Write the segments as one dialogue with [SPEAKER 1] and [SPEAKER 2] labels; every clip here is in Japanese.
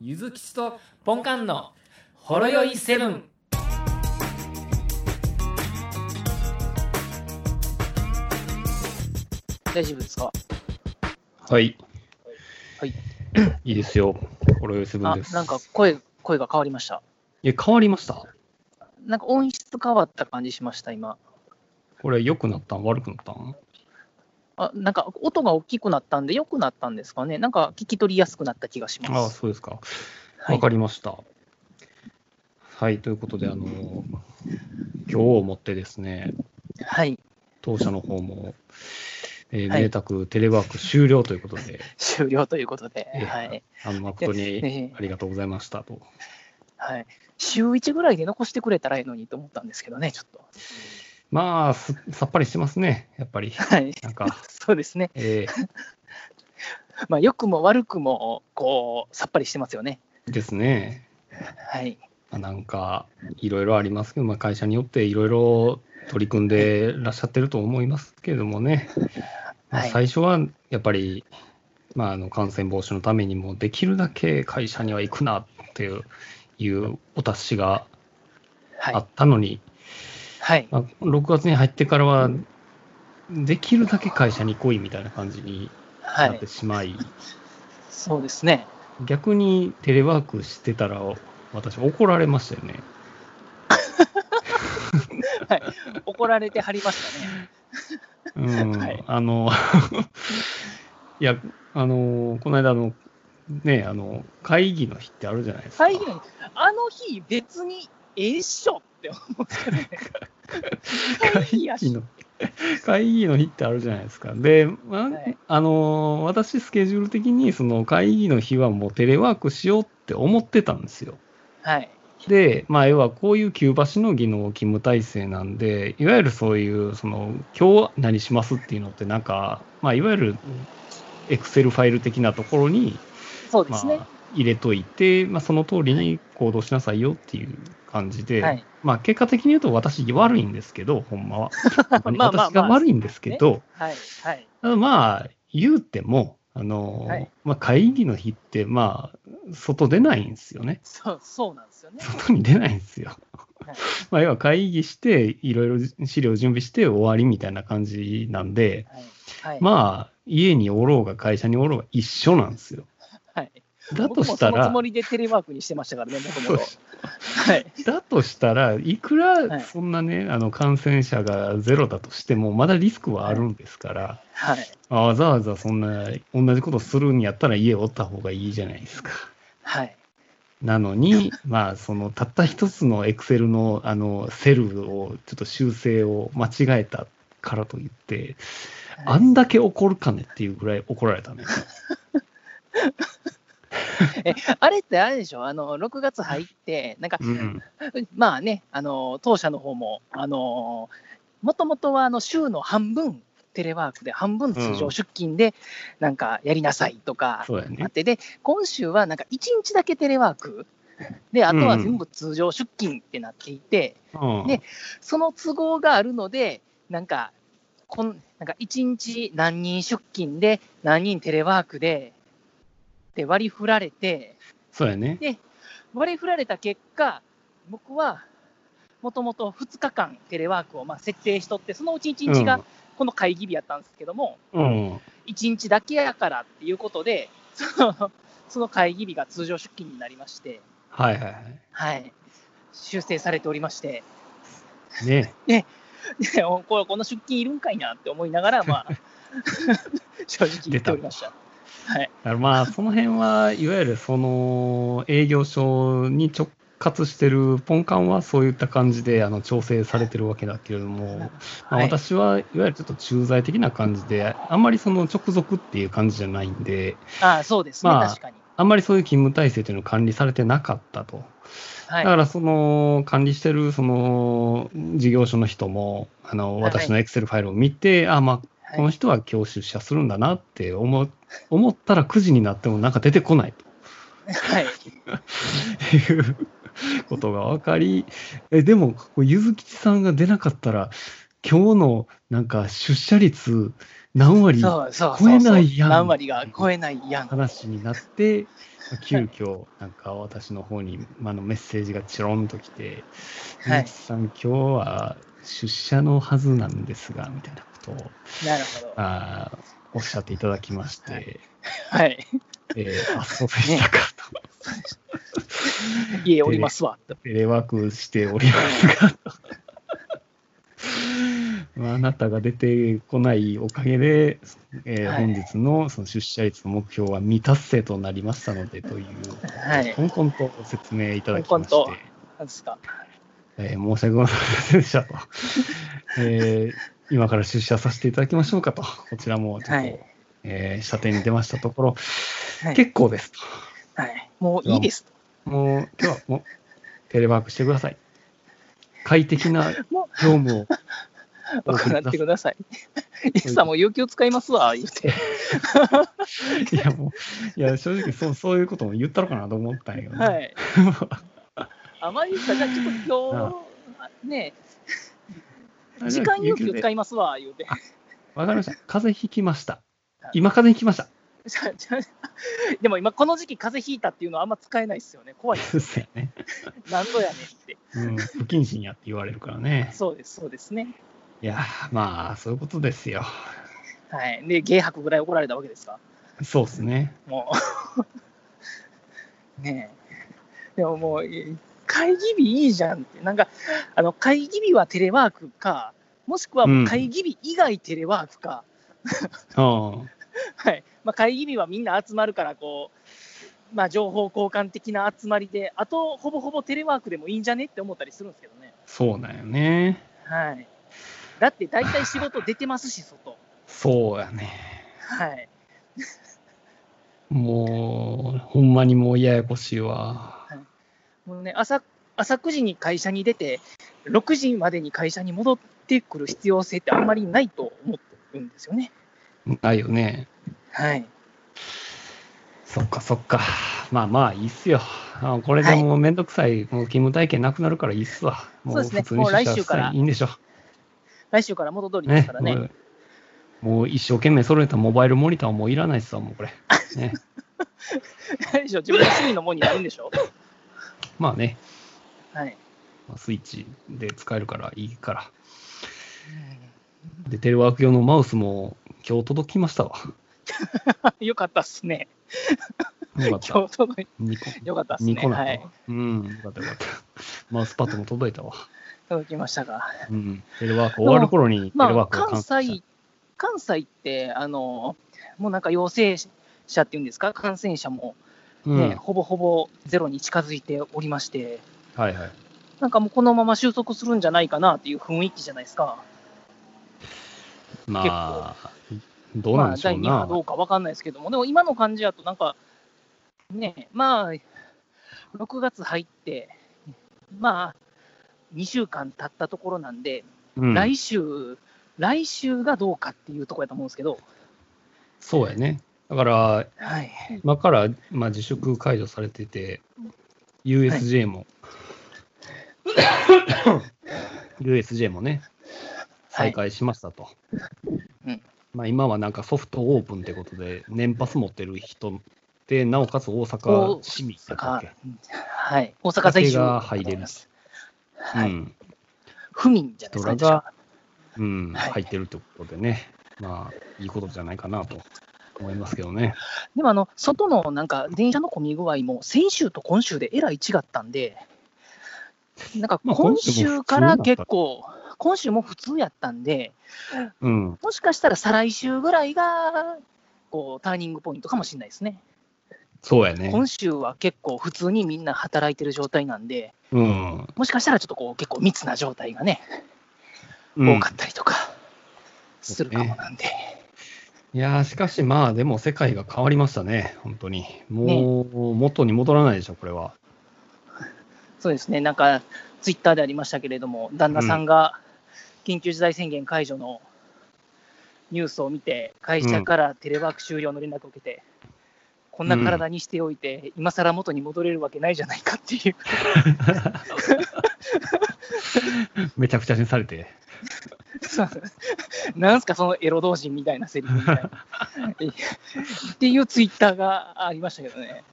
[SPEAKER 1] ゆずきちとポンカンのほろよいセブン。
[SPEAKER 2] 大丈夫ですか
[SPEAKER 3] はい。
[SPEAKER 2] はい。
[SPEAKER 3] いいですよ。ほろよいセブン
[SPEAKER 2] あ
[SPEAKER 3] です。
[SPEAKER 2] なんか声声が変わりました
[SPEAKER 3] え、変わりました
[SPEAKER 2] なんか音質変わった感じしました今
[SPEAKER 3] これ、良くなったん悪くなったん
[SPEAKER 2] あなんか音が大きくなったんで良くなったんですかねなんか聞き取りやすくなった気がします
[SPEAKER 3] ああ、そうですか。わ、
[SPEAKER 2] はい
[SPEAKER 3] かりました。はい、ということで、あの、今日をもってですね、
[SPEAKER 2] はい
[SPEAKER 3] 当社の方も、えー
[SPEAKER 2] はい
[SPEAKER 3] めでたくテレワーク終了ということで、
[SPEAKER 2] 終了ということで、
[SPEAKER 3] ええ
[SPEAKER 2] はい、
[SPEAKER 3] あの誠
[SPEAKER 2] ええ
[SPEAKER 3] にありがとうございましたと。
[SPEAKER 2] はい、週1ぐらいで残してくれたらいいのにと思ったんですけどねちょっと
[SPEAKER 3] まあ、すさっぱりしてますね、やっぱり。
[SPEAKER 2] はい
[SPEAKER 3] なんか、
[SPEAKER 2] そうですね
[SPEAKER 3] え
[SPEAKER 2] まあ良くも悪くもこうさっぱりしてますよね
[SPEAKER 3] ーですね。
[SPEAKER 2] はい
[SPEAKER 3] まあなんか、いろいろありますけど、まあ、会社によっていろいろ取り組んでらっしゃってると思いますけれどもね、まあ
[SPEAKER 2] はい
[SPEAKER 3] 最初はやっぱり、まあ、あの感染防止のためにも、できるだけ会社には行くなっていういうお達しが
[SPEAKER 2] は
[SPEAKER 3] あ
[SPEAKER 2] い
[SPEAKER 3] ったのに、
[SPEAKER 2] はい
[SPEAKER 3] まあ、6月に入ってからは、できるだけ会社に来いみたいな感じに
[SPEAKER 2] は
[SPEAKER 3] なっ
[SPEAKER 2] い
[SPEAKER 3] てしまい、
[SPEAKER 2] そうですね
[SPEAKER 3] 逆にテレワークしてたら、私、怒られましたよね。
[SPEAKER 2] はい怒られてはりましたね
[SPEAKER 3] うん
[SPEAKER 2] はい
[SPEAKER 3] あの、 いや、あの、この間、あの、ね、あの、会議の日ってあるじゃないですか。
[SPEAKER 2] 最後に、あの日、別にええっしょって思ってね。会議や
[SPEAKER 3] 会議
[SPEAKER 2] し。
[SPEAKER 3] の会議の日ってあるじゃないですか。で、 まあ
[SPEAKER 2] はい
[SPEAKER 3] あの、私、スケジュール的に、その会議の日はもうテレワークしようって思ってたんですよ。
[SPEAKER 2] はい。
[SPEAKER 3] で、まあ、要はこういう急場しのぎの勤務体制なんで、いわゆるそういう、その、今日何しますっていうのって、なんか、まあ、いわゆる、エクセルファイル的なところに、
[SPEAKER 2] そうで
[SPEAKER 3] ます
[SPEAKER 2] ね
[SPEAKER 3] あ。、入れといて、まあ、その通りに行動しなさいよっていう感じで、
[SPEAKER 2] はい。
[SPEAKER 3] まあ、結果的に言うと私悪いんですけど、ほんま は。
[SPEAKER 2] あまあまあ
[SPEAKER 3] 私が悪いんですけど、
[SPEAKER 2] はい。はい。
[SPEAKER 3] ただまあ、言うても、あのー
[SPEAKER 2] はい
[SPEAKER 3] まあ、会議の日って、まあ、外出ないんですよね。
[SPEAKER 2] そう、そうなんですよね。
[SPEAKER 3] 外に出ないんですよ。
[SPEAKER 2] はい
[SPEAKER 3] まあ、要は会議して、いろいろ資料準備して終わりみたいな感じなんで、
[SPEAKER 2] はい。はい。
[SPEAKER 3] まあ、家におろうが会社におろうが一緒なんですよ。
[SPEAKER 2] はい、
[SPEAKER 3] だとし
[SPEAKER 2] 僕もそ
[SPEAKER 3] た
[SPEAKER 2] のつ
[SPEAKER 3] ら、
[SPEAKER 2] もりでテレワークにしてましたからね、もと
[SPEAKER 3] そ
[SPEAKER 2] もと
[SPEAKER 3] うで。す
[SPEAKER 2] はい。
[SPEAKER 3] だとしたら、いく
[SPEAKER 2] は
[SPEAKER 3] ら
[SPEAKER 2] い
[SPEAKER 3] そんなね、あの感染者がゼロだとしても、まだリスクはあるんですから、
[SPEAKER 2] はい。
[SPEAKER 3] わざわざそんな、同じことするんやったら家おった方がいいじゃないですか。
[SPEAKER 2] はい。
[SPEAKER 3] な のに、まあ、そのたった一つのエクセルのあのセルを、ちょっと修正を間違えたからといって、あんだけ怒るかねっていうぐらい怒られたね。
[SPEAKER 2] えあれってあれでしょあの、6月入って、なんか、
[SPEAKER 3] うん、
[SPEAKER 2] まあね、あの、当社の方も、あの、もともとはあの週の半分、テレワークで半分通
[SPEAKER 3] う
[SPEAKER 2] 常
[SPEAKER 3] ん
[SPEAKER 2] 出勤で、なんかやりなさいとか、
[SPEAKER 3] そうや
[SPEAKER 2] あ
[SPEAKER 3] ね
[SPEAKER 2] っ。て、で、今週はなんか1日だけテレワーク、で、あとは全部通常出勤ってなっていて、
[SPEAKER 3] うん、
[SPEAKER 2] ねその都合があるので、なんか、こんなんか1日何人出勤で、何人テレワークで、で割り振られて、
[SPEAKER 3] そうやね。
[SPEAKER 2] 割り振られた結果、僕はもともと2日間テレワークをまあ設定しとって、そのうち1日がこの会議日やったんですけども、
[SPEAKER 3] うん、うん
[SPEAKER 2] 1日だけやからっていうことで、そのその会議日が通常出勤になりまして、
[SPEAKER 3] はいはいは
[SPEAKER 2] はい、修正されておりまして、
[SPEAKER 3] い。ね。
[SPEAKER 2] でおこれこの出勤いるんかいなって思いながら、 まあ、正直言っておりました。はい、
[SPEAKER 3] だか らまあ、その辺はいわゆるその営業所に直轄してるポンカンはそういった感じであの調整されてるわけだけれども、まあ
[SPEAKER 2] はい
[SPEAKER 3] 私はいわゆるちょっと駐在的な感じで、あんまりその直属っていう感じじゃないんで、
[SPEAKER 2] ああそうですね、
[SPEAKER 3] まあ
[SPEAKER 2] 確かに。
[SPEAKER 3] あんまりそういう勤務体制というのを管理されてなかったと。
[SPEAKER 2] は
[SPEAKER 3] だ
[SPEAKER 2] い、
[SPEAKER 3] からその管理してるその事業所の人も、あの
[SPEAKER 2] はい
[SPEAKER 3] 私のエクセルファイルを見て、あ、まあ、この
[SPEAKER 2] はい
[SPEAKER 3] 人は今日出社するんだなって思う思ったら9時になってもなんか出てこないと。
[SPEAKER 2] はい
[SPEAKER 3] っていうことが分かり、えでも、こうゆずきちさんが出なかったら、今日のなんか出社率何割
[SPEAKER 2] そうそうそうそう。
[SPEAKER 3] 超えないやん
[SPEAKER 2] 何割が超えないやん。
[SPEAKER 3] 話になって、急遽なんか私の方にあのメッセージがチロンと来て、
[SPEAKER 2] はい
[SPEAKER 3] 皆さん今日は出社のはずなんですが、みたいなことを
[SPEAKER 2] なるほど。
[SPEAKER 3] あーおっしゃっていただきまして、
[SPEAKER 2] ははい。
[SPEAKER 3] えーあ、そうでしたかと。
[SPEAKER 2] 家おりますわ。
[SPEAKER 3] テレワークしておりますが、 まあ、あなたが出てこないおかげで、えー
[SPEAKER 2] はい
[SPEAKER 3] 本日のその出社率の目標は未達成となりましたのでという、
[SPEAKER 2] はい
[SPEAKER 3] コンコンとご説明いただき
[SPEAKER 2] コ
[SPEAKER 3] ま
[SPEAKER 2] ン
[SPEAKER 3] して
[SPEAKER 2] コンと、なんですか。
[SPEAKER 3] えー申し訳ございませんでし たと、えー今から出社させていただきましょうかと、こちらもちょっと、
[SPEAKER 2] はい
[SPEAKER 3] えー射程に出ましたところ、
[SPEAKER 2] はい
[SPEAKER 3] 結構ですと。
[SPEAKER 2] はい。もういいですと。
[SPEAKER 3] もう今日はもうテレワークしてください。快適な業 務を
[SPEAKER 2] 行ってくだ さい。イエスさんも有給使いますわ、言って。
[SPEAKER 3] いやもういや正直そう そういうことも言ったのかなと思ったんやけどね、
[SPEAKER 2] はい。あまりさ、じゃあちょっと今日、ね、時間有給使
[SPEAKER 3] い
[SPEAKER 2] いますわ、言うて。
[SPEAKER 3] わかりました。風邪ひきました。今風邪ひきました。
[SPEAKER 2] じゃあじゃあでも今、この時期、風邪ひいたっていうのはあんま使えないですよね。怖い。
[SPEAKER 3] そうやね。
[SPEAKER 2] 何度やねんって。
[SPEAKER 3] うん、不謹慎やって言われるからね。
[SPEAKER 2] そうです、そうですね。
[SPEAKER 3] いやまあそういうことですよ。
[SPEAKER 2] はい。で、芸博ぐらい怒られたわけですか。
[SPEAKER 3] そうですね。
[SPEAKER 2] もう。 ねえ。でももう、え会議日いいじゃんって。なんか、あの、会議日はテレワークか、もしくはもう会議日以外テレワークか、
[SPEAKER 3] うん。
[SPEAKER 2] はい。まあ、会議日はみんな集まるから、こう、まあ、情報交換的な集まりで、あと、ほぼほぼテレワークでもいいんじゃねって思ったりするんですけどね。
[SPEAKER 3] そうなんよね。
[SPEAKER 2] はい。だって、大体仕事出てますし、外。
[SPEAKER 3] そうやね。
[SPEAKER 2] はい。
[SPEAKER 3] もうほんまにもうややこしいわ。
[SPEAKER 2] もうね、朝、朝9時に会社に出て、6時までに会社に戻ってくる必要性ってあんまりないと思ってるんですよね。
[SPEAKER 3] ないよね。
[SPEAKER 2] はい。
[SPEAKER 3] そっかそっか。まあまあいいっすよ。あこれでもうめんどくさい、もう勤務体験なくなるからいいっすわ。も
[SPEAKER 2] そうですね
[SPEAKER 3] 普通に出社
[SPEAKER 2] もう来週から
[SPEAKER 3] したいいんでしょ。
[SPEAKER 2] 来週から元通りです
[SPEAKER 3] ね
[SPEAKER 2] からね。
[SPEAKER 3] もうもう一生懸命揃えたモバイルモニターもういらないっすわ、もうこれ。ね、
[SPEAKER 2] 来週、自分の趣味のもんになるんでし ょ
[SPEAKER 3] まあね、
[SPEAKER 2] はい。
[SPEAKER 3] まあスイッチで使えるからいいから。で、テレワーク用のマウスも今日届き ましたわ。
[SPEAKER 2] よかったっすね。
[SPEAKER 3] よかった。
[SPEAKER 2] 今日届い
[SPEAKER 3] 2個
[SPEAKER 2] よかったっすね
[SPEAKER 3] 二個なの、
[SPEAKER 2] はい
[SPEAKER 3] うん、よかったよかった。マウスパッドも届いたわ。
[SPEAKER 2] 届きましたが。
[SPEAKER 3] うん、テレワーク終わる頃にテレ
[SPEAKER 2] まあ、
[SPEAKER 3] ワークが
[SPEAKER 2] 関
[SPEAKER 3] 完成した
[SPEAKER 2] 西、関西って、あの、もうなんか陽性者っていうんですか、感染者も、
[SPEAKER 3] う
[SPEAKER 2] ね
[SPEAKER 3] ん、
[SPEAKER 2] ほぼほぼゼロに近づいておりまして、
[SPEAKER 3] はいはい。
[SPEAKER 2] なんかもうこのまま収束するんじゃないかなっていう雰囲気じゃないですか。
[SPEAKER 3] まあ、どうなんでしょ
[SPEAKER 2] ま
[SPEAKER 3] う
[SPEAKER 2] あ、第2波
[SPEAKER 3] な。
[SPEAKER 2] どうかわかんないですけども、でも今の感じだと、なんか、ね、まあ、6月入って、まあ、2週間経ったところなんで、
[SPEAKER 3] うん
[SPEAKER 2] 来週、来週がどうかっていうところやと思うんですけど、
[SPEAKER 3] そうやね。だから、
[SPEAKER 2] はい、
[SPEAKER 3] 今から、まあ、自粛解除されてて、USJ も、USJ もね、再開しましたと。
[SPEAKER 2] うん
[SPEAKER 3] まあ、今はなんかソフトオープンってことで、年パス持ってる人で、なおかつ大阪市民だったっけ、
[SPEAKER 2] はい、大阪在住
[SPEAKER 3] が入れるう
[SPEAKER 2] はい、
[SPEAKER 3] ん
[SPEAKER 2] 府民じゃないですか、
[SPEAKER 3] 人ら
[SPEAKER 2] 確か
[SPEAKER 3] が、うん、
[SPEAKER 2] はい
[SPEAKER 3] 入ってるってことでね、まあ、いいことじゃないかなと思いますけどね。
[SPEAKER 2] でもあの外のなんか電車の混み具合も先週と今週でえらい違ったんで、なんか
[SPEAKER 3] まあ
[SPEAKER 2] 今
[SPEAKER 3] 今週も
[SPEAKER 2] 週
[SPEAKER 3] 普通
[SPEAKER 2] から
[SPEAKER 3] だった
[SPEAKER 2] 結構、今週も普通やったんで、
[SPEAKER 3] うん、
[SPEAKER 2] もしかしたら再来週ぐらいがこうターニングポイントかもしれないですね。
[SPEAKER 3] そうやね。
[SPEAKER 2] 今週は結構普通にみんな働いてる状態なんで、
[SPEAKER 3] うん。
[SPEAKER 2] もしかしたらちょっとこう結構密な状態がね、
[SPEAKER 3] うん
[SPEAKER 2] 多かったりとかするかもなんで、
[SPEAKER 3] いやーしかしまあでも世界が変わりましたね、本当に。もう元に戻らないでしょ、これは。
[SPEAKER 2] そうですね、なんかツイッターでありましたけれども、旦那さんが緊急事態宣言解除のニュースを見て、会社からテレワーク終了の連絡を受けて、こんな体にしておいて、今更元に戻れるわけないじゃないかっていう、
[SPEAKER 3] めちゃくちゃにされて。
[SPEAKER 2] なんすか、そのエロ同人みたいなセリフみたいな。 っていうツイッターがありましたけど ね。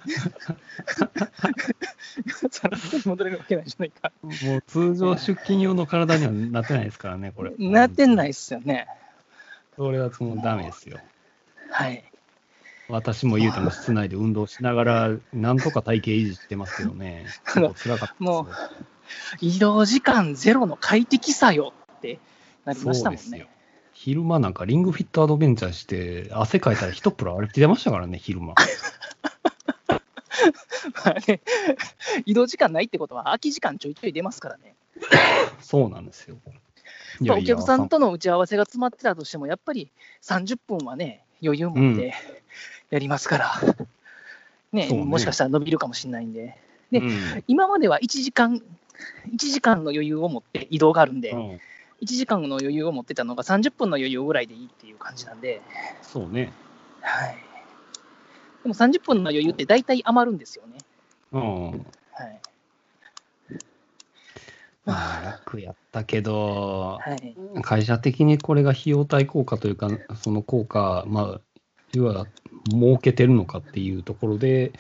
[SPEAKER 2] それ戻れるわけないじゃないか。
[SPEAKER 3] もう通常出勤用の体にはなってないですからね、これ。
[SPEAKER 2] なって
[SPEAKER 3] い。
[SPEAKER 2] ないっすよね。
[SPEAKER 3] それはもうダメですよ。
[SPEAKER 2] はい。
[SPEAKER 3] 私も言うても室内で運動しながら、なんとか体型維持してますけどね。
[SPEAKER 2] あの
[SPEAKER 3] 結構辛かったですよ
[SPEAKER 2] もう移動時間ゼロの快適さよってなりましたもん
[SPEAKER 3] そうです
[SPEAKER 2] ね
[SPEAKER 3] よ。昼間なんかリングフィットアドベンチャーして、汗かいたら一プロ歩いてましたからね、昼間。
[SPEAKER 2] まあね 移動時間ないってことは、空き時間ちょいちょい出ますからね。
[SPEAKER 3] そうなんですよ。い
[SPEAKER 2] まあお客さんとの打ち合わせが詰まってたとしても、やっぱり30分はね、余裕持ってやります から、ね
[SPEAKER 3] そうね
[SPEAKER 2] もしかしたら伸びるかもしれないんで、で
[SPEAKER 3] うん
[SPEAKER 2] 今までは1時間、一時間の余裕を持って移動があるんで、
[SPEAKER 3] うん
[SPEAKER 2] 1時間の余裕を持ってたのが30分の余裕ぐらいでいいっていう感じなんで、
[SPEAKER 3] そうね。
[SPEAKER 2] はい、でも30分の余裕って大体余るんですよね。
[SPEAKER 3] うん。
[SPEAKER 2] はい
[SPEAKER 3] まあ、楽やったけど、
[SPEAKER 2] はい、
[SPEAKER 3] 会社的にこれが費用対効果というか、その効果、まあ、要は、儲けてるのかっていうところで、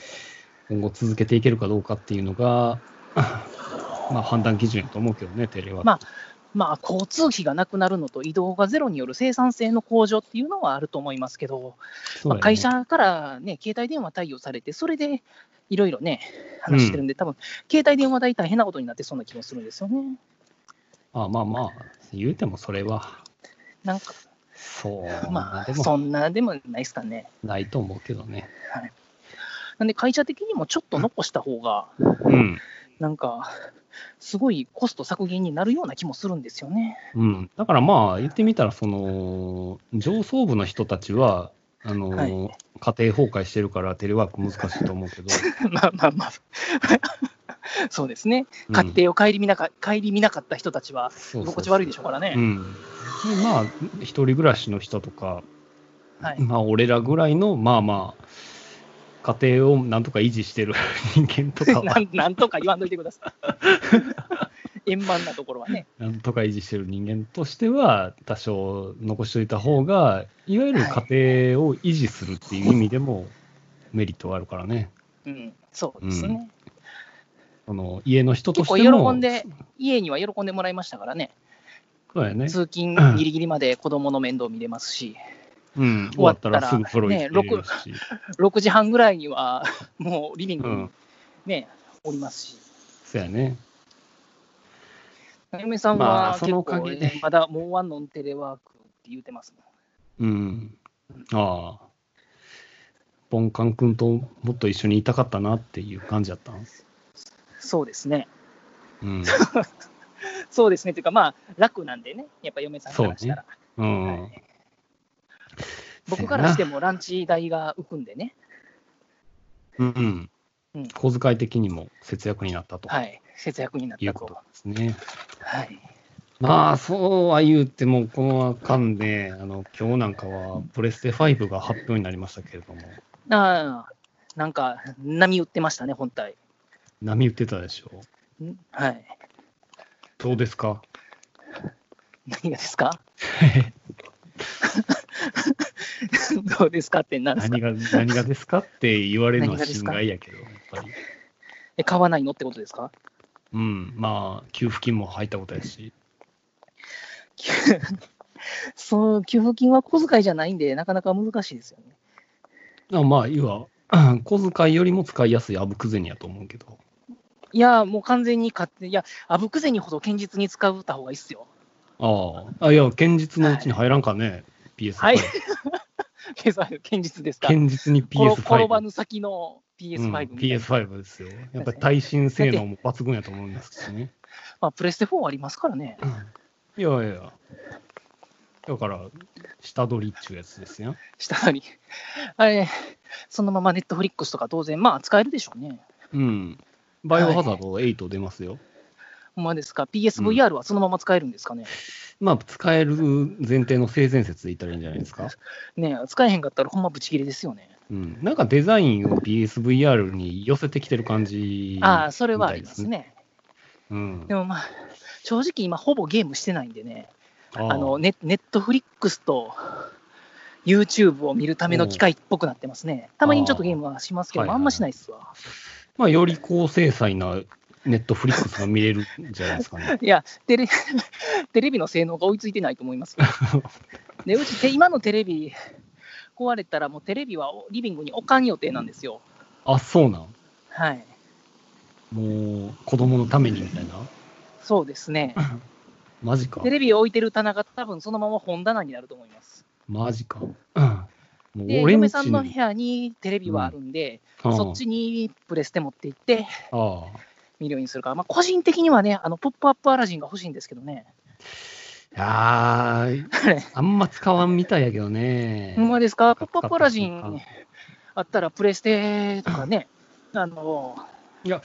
[SPEAKER 3] 今後続けていけるかどうかっていうの が、まあ、判断基準やと思うけどね、テレワーク。
[SPEAKER 2] まあまあ、交通費がなくなるのと移動がゼロによる生産性の向上っていうのはあると思いますけど、
[SPEAKER 3] そう
[SPEAKER 2] まあ、
[SPEAKER 3] だよね
[SPEAKER 2] 会社から、ね、携帯電話対応されて、それでいろいろね、話してるんで、多分携帯電話代大変なことになってそうな気もするんですよね。
[SPEAKER 3] まあまあまあ、言うてもそれは、
[SPEAKER 2] なんか、
[SPEAKER 3] そう、
[SPEAKER 2] ま
[SPEAKER 3] で
[SPEAKER 2] あ、
[SPEAKER 3] も
[SPEAKER 2] そんなでもないですかね。
[SPEAKER 3] ないと思うけどね。
[SPEAKER 2] はい、なんで、会社的にもちょっと残した方が、
[SPEAKER 3] うん。
[SPEAKER 2] なんか、すごいコスト削減になるような気もするんですよね。
[SPEAKER 3] うん。だからまあ、言ってみたら、その、上層部の人たちは、あの、
[SPEAKER 2] はい
[SPEAKER 3] 家庭崩壊してるからテレワーク難しいと 思うけど、
[SPEAKER 2] まあまあま あ、そうですね、
[SPEAKER 3] うん
[SPEAKER 2] 家庭を顧みなか顧みなかった人たちは、
[SPEAKER 3] そうそうそう
[SPEAKER 2] 居心地悪いでしょうからね。
[SPEAKER 3] うん。でまあ、一人暮らしの人とか、
[SPEAKER 2] はい
[SPEAKER 3] まあ、俺らぐらいの、まあまあ、家庭をなんとか維持してる 人間と か
[SPEAKER 2] な
[SPEAKER 3] は、
[SPEAKER 2] んなんとか言わんといてください。 円満なところはね。
[SPEAKER 3] なんとか維持してる人間としては、多少残しておいた方が、いわゆる家庭を維持するっていう意味でも、メリットはあるからね。
[SPEAKER 2] うん、そうですね。
[SPEAKER 3] その家の人と
[SPEAKER 2] 結
[SPEAKER 3] し
[SPEAKER 2] 構
[SPEAKER 3] ても、
[SPEAKER 2] 喜んで、家には喜んでもらいましたからね。
[SPEAKER 3] そうやね。
[SPEAKER 2] 通勤ギリギリまで子供の面倒見れますし、
[SPEAKER 3] うん、終
[SPEAKER 2] 終
[SPEAKER 3] わ
[SPEAKER 2] わ
[SPEAKER 3] っ
[SPEAKER 2] ったた
[SPEAKER 3] ら
[SPEAKER 2] ら
[SPEAKER 3] すぐプロ行ってくれるし、
[SPEAKER 2] 6時半ぐらいに はもうリビング
[SPEAKER 3] う
[SPEAKER 2] に
[SPEAKER 3] ん、
[SPEAKER 2] ね、おりますし。
[SPEAKER 3] そうやね。
[SPEAKER 2] 嫁さん
[SPEAKER 3] まあ
[SPEAKER 2] は
[SPEAKER 3] そ
[SPEAKER 2] 結
[SPEAKER 3] の
[SPEAKER 2] 構、
[SPEAKER 3] おかげで
[SPEAKER 2] まだもうワンノンテレワークって言うてますもん。
[SPEAKER 3] うん。ああ。ボンカン君ともっと一緒にいたかったなっていう感じだったんです。
[SPEAKER 2] そうですね。
[SPEAKER 3] うん。
[SPEAKER 2] そうですね。というか、まあ、楽なんでね、やっぱ嫁さんからしたら。
[SPEAKER 3] うん。
[SPEAKER 2] 僕からして
[SPEAKER 3] も。
[SPEAKER 2] もランチ代が浮くんでね。
[SPEAKER 3] うん、う。
[SPEAKER 2] うんん
[SPEAKER 3] 小遣い的にも節約になったと
[SPEAKER 2] はい。節約になっ
[SPEAKER 3] いう
[SPEAKER 2] た
[SPEAKER 3] こと
[SPEAKER 2] と
[SPEAKER 3] な。んですね。
[SPEAKER 2] はい。
[SPEAKER 3] まあ、そうは言うても、このあかんね、あの、今日なんかは、プレステ5が発表になりましたけれども、
[SPEAKER 2] ああ、なんか、波打ってましたね、本体。
[SPEAKER 3] 波打ってたでしょ。
[SPEAKER 2] んはい。
[SPEAKER 3] どうで すか
[SPEAKER 2] 何がですか どうですかって何ですか
[SPEAKER 3] 何が、何がですかって言われるのは
[SPEAKER 2] 何がです
[SPEAKER 3] 心
[SPEAKER 2] か
[SPEAKER 3] 外やけど、やっぱり。
[SPEAKER 2] え買わないのってことですか
[SPEAKER 3] うん、まあ、給付金も入ったことやし、
[SPEAKER 2] そう、給付金は小遣いじゃないんで、なかなか難しいですよね。
[SPEAKER 3] あまあ、要は、 小遣いよりも使いやすいあぶく銭やと思うけど、
[SPEAKER 2] いや、もう完全に買って、いや、あぶく銭ほど堅実に使った方がいいっすよ。
[SPEAKER 3] ああ、あいや、堅実のうちに入らんかね、PS5。
[SPEAKER 2] はい。計算堅実ですか
[SPEAKER 3] 堅 実に PS5。
[SPEAKER 2] 転転ばぬ先の
[SPEAKER 3] うん
[SPEAKER 2] PS5 みたいな、
[SPEAKER 3] PS5 ですよ。やっぱり耐震性能も抜群やと思いますしね。
[SPEAKER 2] まあ、プレステ4ありますからね。
[SPEAKER 3] いやいやいや。だから、下取りっちゅうやつですよ。
[SPEAKER 2] 下に。 あれ、そのままネットフリックスとか当然、まあ使えるでしょうね。
[SPEAKER 3] うん。バイオハザード8出ますよ。
[SPEAKER 2] ほんまですか。PSVR はそのまま使えるんですかね。
[SPEAKER 3] まあ、使える前提の性善説で言ったらいいんじゃないですか。
[SPEAKER 2] ねえ使えへんかったらほんまブチ切れですよね。
[SPEAKER 3] うん、なんかデザインを PSVR に寄せてきてる感じ、
[SPEAKER 2] ああ、それはありますね。
[SPEAKER 3] うん
[SPEAKER 2] で。もまあ、正直今ほぼゲームしてないんでね、
[SPEAKER 3] あ
[SPEAKER 2] あの
[SPEAKER 3] の
[SPEAKER 2] ネネットフリックスと YouTube を見るための機会っぽくなってますね。たまにちょっとゲームはしますけど、
[SPEAKER 3] あー
[SPEAKER 2] あんましないっすわ。
[SPEAKER 3] まあ、より高精細なネットフリックスが見れるんじゃないですか ね。
[SPEAKER 2] いやテレ、テレビの性能が追いついてないと思い ますよ。で、うちて、今のテレビ壊れたら、もうテレビはリビングに置かん予定なんですよ。
[SPEAKER 3] あ、そうなん。
[SPEAKER 2] はい。
[SPEAKER 3] もう、子供のためにみたいな。
[SPEAKER 2] そうですね。
[SPEAKER 3] マジか
[SPEAKER 2] テ。レビを置いてる棚が多分そのまま本棚になると思います。
[SPEAKER 3] マジか。うん。もう
[SPEAKER 2] で、
[SPEAKER 3] 俺
[SPEAKER 2] 嫁
[SPEAKER 3] ん
[SPEAKER 2] さんの部屋にテレビはあるんで、そっちにプレステ持って行って
[SPEAKER 3] ああ。
[SPEAKER 2] 見るようにするから、まあ、個人的にはね、あのポップアップアラジンが欲しいんですけどね。
[SPEAKER 3] ああー
[SPEAKER 2] あれ、
[SPEAKER 3] あんま使わんみたいやけどね。
[SPEAKER 2] ほんまですか、ポップアップアラジ
[SPEAKER 3] 買った
[SPEAKER 2] ンあったらプレステとかね、あの、
[SPEAKER 3] いや、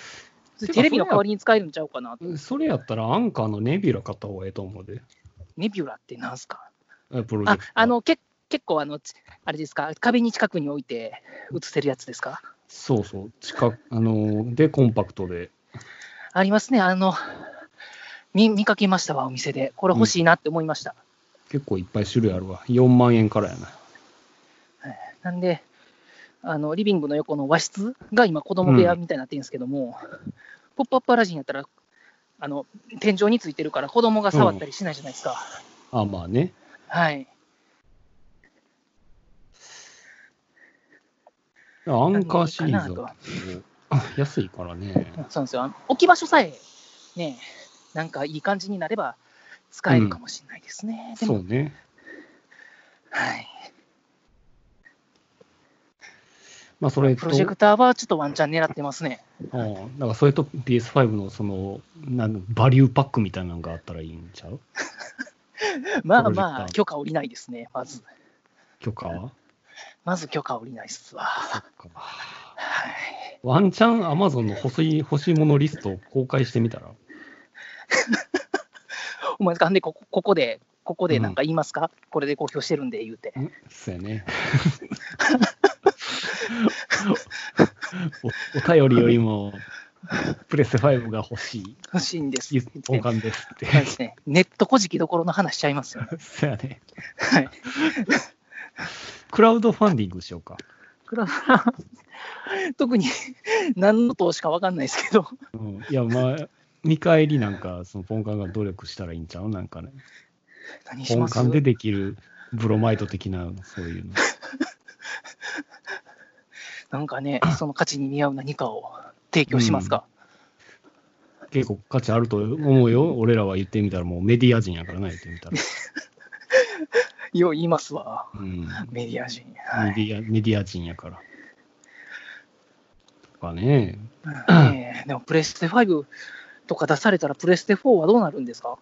[SPEAKER 2] テレビの代わりに使えるんちゃうかなと。
[SPEAKER 3] それやったらアンカーのネビュラ買った方がええと思うで。
[SPEAKER 2] ネビュラってなんすか
[SPEAKER 3] えプロジェ
[SPEAKER 2] あ
[SPEAKER 3] クター、
[SPEAKER 2] あの、け結構あの、ちあれですか、壁に近くに置いて映せるやつですか
[SPEAKER 3] そうそう。近く、あのー、で、コンパクトで。
[SPEAKER 2] ありますね、あの、見見かけましたわ、お店で。これ欲しいなって思いました。
[SPEAKER 3] 結構いっぱい種類あるわ。4万円からやな。
[SPEAKER 2] なんで、あのリビングの横の和室が今、子供部屋みたいになってるんですけども、ポップアップアラジンやったら、あの天井についてるから、子供が触ったりしないじゃないですか。
[SPEAKER 3] あ、まあね。
[SPEAKER 2] はい。
[SPEAKER 3] アンカーシリーズ
[SPEAKER 2] なんか
[SPEAKER 3] はあ安いからね。
[SPEAKER 2] そうなんですよ。あの置き場所さえ、ね、なんかいい感じになれば使えるかもしれないですね。で
[SPEAKER 3] そ
[SPEAKER 2] も、
[SPEAKER 3] うね。
[SPEAKER 2] はい。
[SPEAKER 3] まあ、それ
[SPEAKER 2] プ
[SPEAKER 3] と、
[SPEAKER 2] ロジェクターはちょっとワンチャン狙ってますね。
[SPEAKER 3] うんだからそれと PS5 のその、なんバリューパックみたいなのがあったらいいんちゃう
[SPEAKER 2] まあ
[SPEAKER 3] プロジェクタ
[SPEAKER 2] まあ、
[SPEAKER 3] ー
[SPEAKER 2] 許可下りないですね。まず、
[SPEAKER 3] 許可は
[SPEAKER 2] まず許可下りないっすわ。
[SPEAKER 3] そっか
[SPEAKER 2] はい。
[SPEAKER 3] ワンチャンアマゾンの欲しい欲しいものリストを公開してみたら
[SPEAKER 2] お前ですかんでここ、ここで、ここでなんか言いますか、これで公表してるんで言うて。
[SPEAKER 3] んそうや ね。おお便りよりも、プレス5が欲し
[SPEAKER 2] 欲しいんです。
[SPEAKER 3] い、
[SPEAKER 2] 言って
[SPEAKER 3] 交換ですって。
[SPEAKER 2] そうですね、ネットこじきどころの話しちゃい ますよね。
[SPEAKER 3] そうやね。
[SPEAKER 2] はい。
[SPEAKER 3] クラウドファンディングしようか。
[SPEAKER 2] クラファン特に何の投資か分かんないですけど、
[SPEAKER 3] うん、いや、まあ、見返りなんか、そのポンカンが努力したらいいんちゃうなんかね。
[SPEAKER 2] 何し
[SPEAKER 3] ポン
[SPEAKER 2] ます
[SPEAKER 3] カンでできるブロマイド的な、そういうの。
[SPEAKER 2] なんか ね、その価値に見合う何かを提供しますか。
[SPEAKER 3] 結構価値あると思うよ。俺らは言ってみたら、もうメディア人やからな、言ってみたら。
[SPEAKER 2] よう言いますわ、
[SPEAKER 3] うん
[SPEAKER 2] メディア人。は
[SPEAKER 3] メデ
[SPEAKER 2] い
[SPEAKER 3] ィア、メディア人やから。とかね。
[SPEAKER 2] ねえでも、プレステ5とか出されたら、プレステ4はどうなるんですか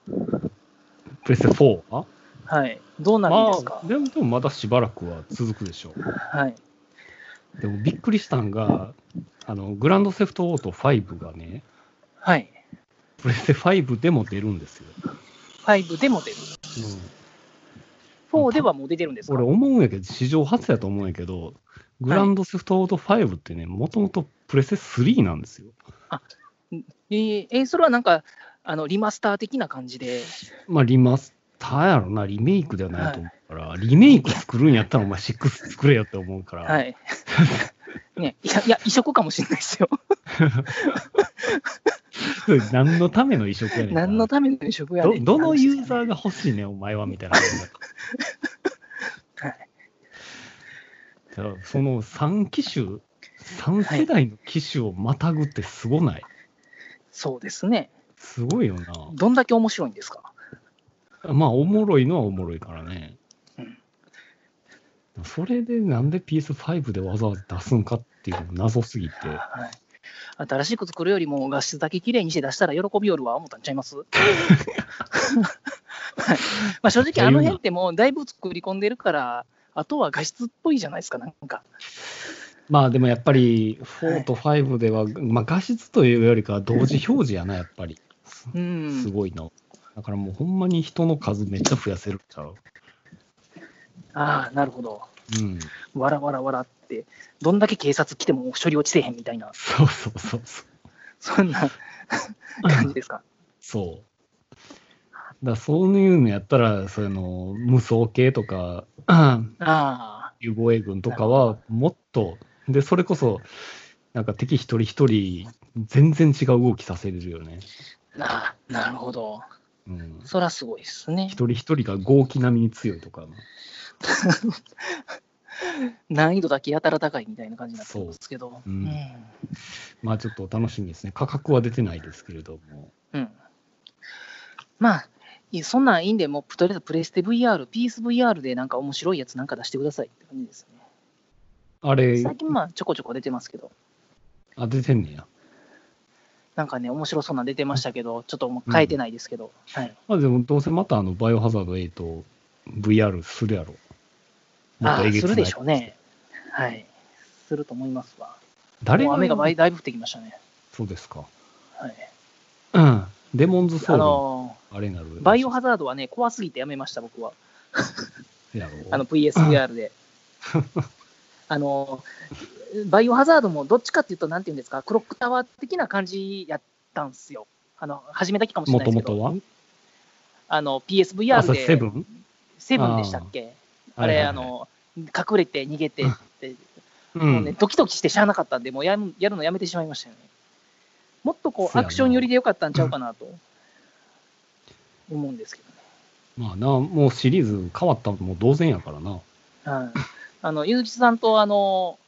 [SPEAKER 3] プレステ4は
[SPEAKER 2] はい。どうなるんですか
[SPEAKER 3] あ、、でも、でもまだしばらくは続くでしょ
[SPEAKER 2] はい。
[SPEAKER 3] う。でも、びっくりしたんが、あの、グランドセフトオート5がね、
[SPEAKER 2] はい。
[SPEAKER 3] プレステ5でも出るんですよ。
[SPEAKER 2] 5でも出る。4ではもう出てるんです
[SPEAKER 3] うん、
[SPEAKER 2] か
[SPEAKER 3] 俺、思うんやけど、史上初やと思うんやけど、グランドセフトオート5ってね、もともとプレステ3なんですよ。
[SPEAKER 2] えーえーそれはなんか、あのリマスター的な感じで、
[SPEAKER 3] まあ、リマスターやろな、リメイクではないと思うから、リメイク作るんやったら、お前6作れよって思うから、
[SPEAKER 2] はい。ね、いや、いや移植かもしれないですよ。
[SPEAKER 3] それ何のための移植やねんから
[SPEAKER 2] 何のための移植や
[SPEAKER 3] ど
[SPEAKER 2] ねん
[SPEAKER 3] どのユーザーが欲しいねんお前はみたいな感じ だ
[SPEAKER 2] はい
[SPEAKER 3] った。だからその3機種、3世代の機種をまたぐってすごない、
[SPEAKER 2] そうですね。
[SPEAKER 3] すごいよ
[SPEAKER 2] どんだけ面白いんですか
[SPEAKER 3] な。まあ、おもろいのはおもろいからね
[SPEAKER 2] うん。
[SPEAKER 3] それでなんで PS5 でわざわざ出すんかっていうのも謎すぎて、
[SPEAKER 2] はい。新しく作るよりも画質だけ綺麗にして出したら喜びよるわ思ったんちゃいますはいまあ正直あの辺ってもうだいぶ作り込んでるから、あとは画質っぽいじゃないですか、なんか。
[SPEAKER 3] まあでもやっぱり4と5では、まあ、画質というよりかは同時表示やな、やっぱり。
[SPEAKER 2] う
[SPEAKER 3] す
[SPEAKER 2] ん。
[SPEAKER 3] ごいの。だからもうほんまに人の数めっちゃ増やせるんちゃう。
[SPEAKER 2] ああ、なるほど。
[SPEAKER 3] うん。
[SPEAKER 2] わらわらわらって、どんだけ警察来ても処理落ちせえへんみたいな、
[SPEAKER 3] そうそうそうそう。
[SPEAKER 2] そんな感じですか。
[SPEAKER 3] そう。だからそういうのやったら、その無双系とか、うん
[SPEAKER 2] あ
[SPEAKER 3] 遊防衛軍とかはもっと、で、それこそ、なんか敵一人一人、全然違う動きさせれるよね。
[SPEAKER 2] あ、ななるほど。
[SPEAKER 3] うん、
[SPEAKER 2] そらすごいですね
[SPEAKER 3] 一。人一人が豪気並みに強いとか、
[SPEAKER 2] 難易度だけやたら高いみたいな感じになってますけど。
[SPEAKER 3] ううんまあちょっと楽しみですね。価格は出てないですけれども。
[SPEAKER 2] うんまあ、いやそんなんいいんで、もうとりあえずプレステ VR、ピース VR でなんか面白いやつなんか出してくださいって感じです
[SPEAKER 3] あ
[SPEAKER 2] ね。
[SPEAKER 3] れ、
[SPEAKER 2] 最近まあちょこちょこ出てますけど、
[SPEAKER 3] あ、出てんねや。
[SPEAKER 2] なんかね、面白そうなん出てましたけど、ちょっともう変えてないですけど、はい。
[SPEAKER 3] まあでもどうせまたあの、バイオハザード8、VR するやろ。もっ
[SPEAKER 2] ああ
[SPEAKER 3] とえ
[SPEAKER 2] ー、
[SPEAKER 3] げつ
[SPEAKER 2] す
[SPEAKER 3] な
[SPEAKER 2] る
[SPEAKER 3] い
[SPEAKER 2] でしょうね。はい。すると思いますわ。
[SPEAKER 3] 誰
[SPEAKER 2] もう
[SPEAKER 3] が
[SPEAKER 2] 雨がだいぶ降ってきましたね。
[SPEAKER 3] そうですか。
[SPEAKER 2] はい。
[SPEAKER 3] うん。デモンズソ
[SPEAKER 2] あ
[SPEAKER 3] ウルの
[SPEAKER 2] の
[SPEAKER 3] あれになる。
[SPEAKER 2] ー、バイオハザードはね、怖すぎてやめました、僕は。
[SPEAKER 3] やろ
[SPEAKER 2] あの PSVR で。あの、バイオハザードもどっちかっていうと、なんていうんですか、クロックタワー的な感じやったんすよ。あの、始めたきかもしれな
[SPEAKER 3] も
[SPEAKER 2] い
[SPEAKER 3] と
[SPEAKER 2] です
[SPEAKER 3] も
[SPEAKER 2] けど、
[SPEAKER 3] とは
[SPEAKER 2] あの、
[SPEAKER 3] あ、
[SPEAKER 2] PSVR
[SPEAKER 3] それ
[SPEAKER 2] で
[SPEAKER 3] セブ、ン
[SPEAKER 2] セブンでしたっけあれ、あ、の、隠れて逃げてって、
[SPEAKER 3] う
[SPEAKER 2] もうね、
[SPEAKER 3] ん。
[SPEAKER 2] ドキドキしてしゃあなかったんで、もうやんやるのやめてしまいましたよね。もっとこう、
[SPEAKER 3] そや
[SPEAKER 2] ア
[SPEAKER 3] な
[SPEAKER 2] クション寄りでよかったんちゃうかなと、思うんですけどね。
[SPEAKER 3] まあな、もうシリーズ変わったのも同然やからな。
[SPEAKER 2] はい、あの、ゆずきさんと、あの、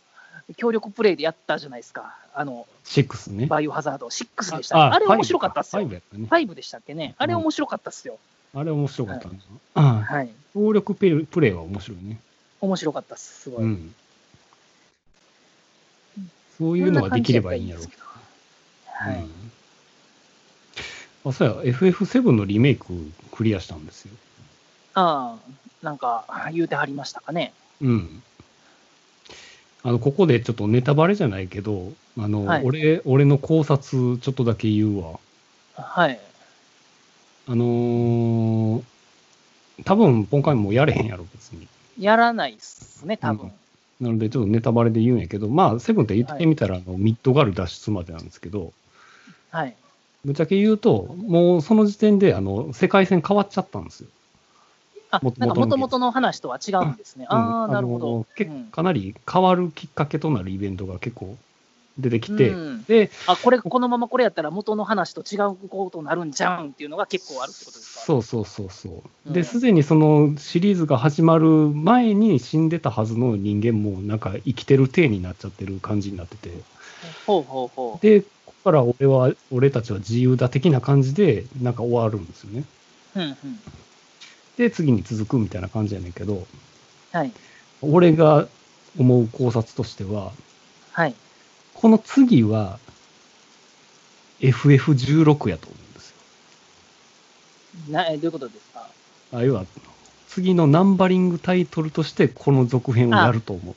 [SPEAKER 2] 協力プレイでやったじゃないですか。あの、
[SPEAKER 3] 6ね。
[SPEAKER 2] バイオハザード6でしたっけ。あれ面白かったっすよ
[SPEAKER 3] 5。やったね。
[SPEAKER 2] 5でしたっけね。あれ
[SPEAKER 3] うん
[SPEAKER 2] 面白かったっすよ。
[SPEAKER 3] あれ面白かったな。うん
[SPEAKER 2] はい。
[SPEAKER 3] 協力ペルプレイは面白いね。
[SPEAKER 2] 面白かったっす。すご
[SPEAKER 3] う
[SPEAKER 2] い。
[SPEAKER 3] ん。そういうのができればいいんやろ
[SPEAKER 2] こ
[SPEAKER 3] う。
[SPEAKER 2] な感じやったらいいんですけどはい。
[SPEAKER 3] うん、あ、そうや、FF7 のリメイククリアしたんですよ。
[SPEAKER 2] ああ、なんか、言うてはりましたかね。
[SPEAKER 3] うん。あの、ここでちょっとネタバレじゃないけど、あの、
[SPEAKER 2] はい
[SPEAKER 3] 俺、俺の考察ちょっとだけ言うわ。
[SPEAKER 2] はい。
[SPEAKER 3] あのー多分、今回もやれへんやろ、別に。
[SPEAKER 2] やらないっすね、多分。
[SPEAKER 3] うんなので、ちょっとネタバレで言うんやけど、まあ、セブンって言ってみたら、あのミッドガル脱出までなんですけど、
[SPEAKER 2] はい。
[SPEAKER 3] ぶっちゃけ言うと、もうその時点で、あの、世界線変わっちゃったんですよ。
[SPEAKER 2] あ、なん
[SPEAKER 3] 元
[SPEAKER 2] か
[SPEAKER 3] 々の
[SPEAKER 2] 元々の話とは違うんですね。ああ、
[SPEAKER 3] うん
[SPEAKER 2] なるほど
[SPEAKER 3] の。け
[SPEAKER 2] うん
[SPEAKER 3] かなり変わるきっかけとなるイベントが結構出てきて、
[SPEAKER 2] うん
[SPEAKER 3] で、
[SPEAKER 2] あ、これ、このままこれやったら元の話と違うことになるんじゃうんっていうのが結構あるってことですか
[SPEAKER 3] そうそうそうそうう。
[SPEAKER 2] ん
[SPEAKER 3] で、すでにそのシリーズが始まる前に死んでたはずの人間も、なんか生きてる体になっちゃってる感じになってて、
[SPEAKER 2] ほうほうほ
[SPEAKER 3] で、ここから俺は、俺たちは自由だ的な感じで、なんか終わるんですよね。
[SPEAKER 2] う。うんうん。
[SPEAKER 3] で、次に続くみたいな感じやねんけど、
[SPEAKER 2] はい。
[SPEAKER 3] 俺が思う考察としては、
[SPEAKER 2] はい。
[SPEAKER 3] この次は FF16 やと思うんですよ。
[SPEAKER 2] なえどういうことですか
[SPEAKER 3] あ要は、次のナンバリングタイトルとして、この続編をやると思う。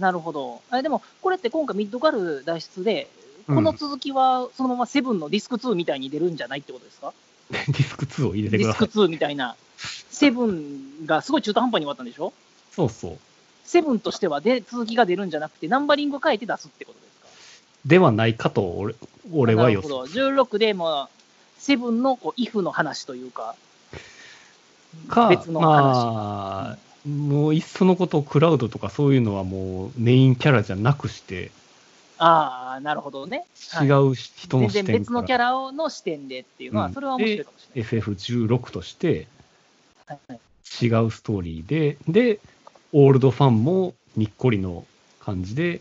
[SPEAKER 2] なるほど。あでも、これって今回ミッドガル脱出で、
[SPEAKER 3] うん
[SPEAKER 2] この続きはそのままセブンのディスク2みたいに出るんじゃないってことですか、
[SPEAKER 3] ディスク2を入れ
[SPEAKER 2] デ
[SPEAKER 3] てく
[SPEAKER 2] ィ
[SPEAKER 3] だ
[SPEAKER 2] スク
[SPEAKER 3] さい。
[SPEAKER 2] 2みたいな。セブンがすごい中途半端に終わったんでしょ
[SPEAKER 3] そうそう。
[SPEAKER 2] セブンとしてはで続きが出るんじゃなくて、ナンバリング変えて出すってことですか
[SPEAKER 3] ではないかと俺、俺は
[SPEAKER 2] なる
[SPEAKER 3] 予
[SPEAKER 2] ほ
[SPEAKER 3] 想
[SPEAKER 2] ど。。16でも、セブンのこう、イフの話というか、
[SPEAKER 3] か、
[SPEAKER 2] 別の話。
[SPEAKER 3] まあ、もういっそのことクラウドとかそういうのはもうメインキャラじゃなくして、
[SPEAKER 2] ああ、なるほどね。は
[SPEAKER 3] 違
[SPEAKER 2] いう
[SPEAKER 3] 人の視
[SPEAKER 2] 全然
[SPEAKER 3] 点
[SPEAKER 2] 別の
[SPEAKER 3] か
[SPEAKER 2] キャ
[SPEAKER 3] ら
[SPEAKER 2] ラをの視点でっていうのは、
[SPEAKER 3] うん
[SPEAKER 2] それは面白いかもしれ
[SPEAKER 3] FF16 として
[SPEAKER 2] ない。はい
[SPEAKER 3] 違うストーリーで、で、オールドファンもにっこりの感じで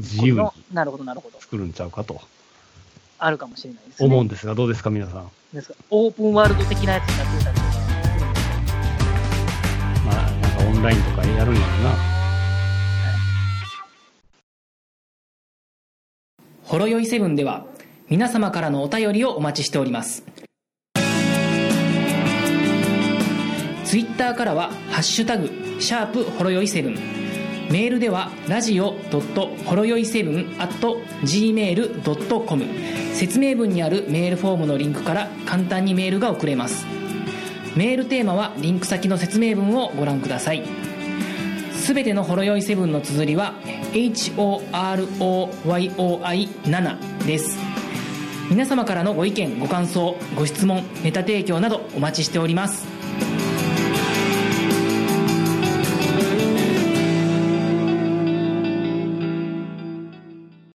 [SPEAKER 3] 自由に
[SPEAKER 2] このなるほど、なるほど。
[SPEAKER 3] 作るんちゃうかと
[SPEAKER 2] あるかもしれないですね。
[SPEAKER 3] 思うんですが、どうですか皆さん。
[SPEAKER 2] ですからオープンワールド的なやつになってたりとか。
[SPEAKER 3] まあ、なんかオンラインとかやるんやろな。
[SPEAKER 1] ほろよいセブンでは皆様からのお便りをお待ちしておりますツイッターからは「ハッシュタグシャープほろよいセブン」メールではラジオほろよい7 gmail.com 説明文にあるメールフォームのリンクから簡単にメールが送れますメールテーマはリンク先の説明文をご覧くださいすべてのほろ酔いセブンの綴りは HOROYOI7 です皆様からのご意見ご感想ご質問ネタ提供などお待ちしております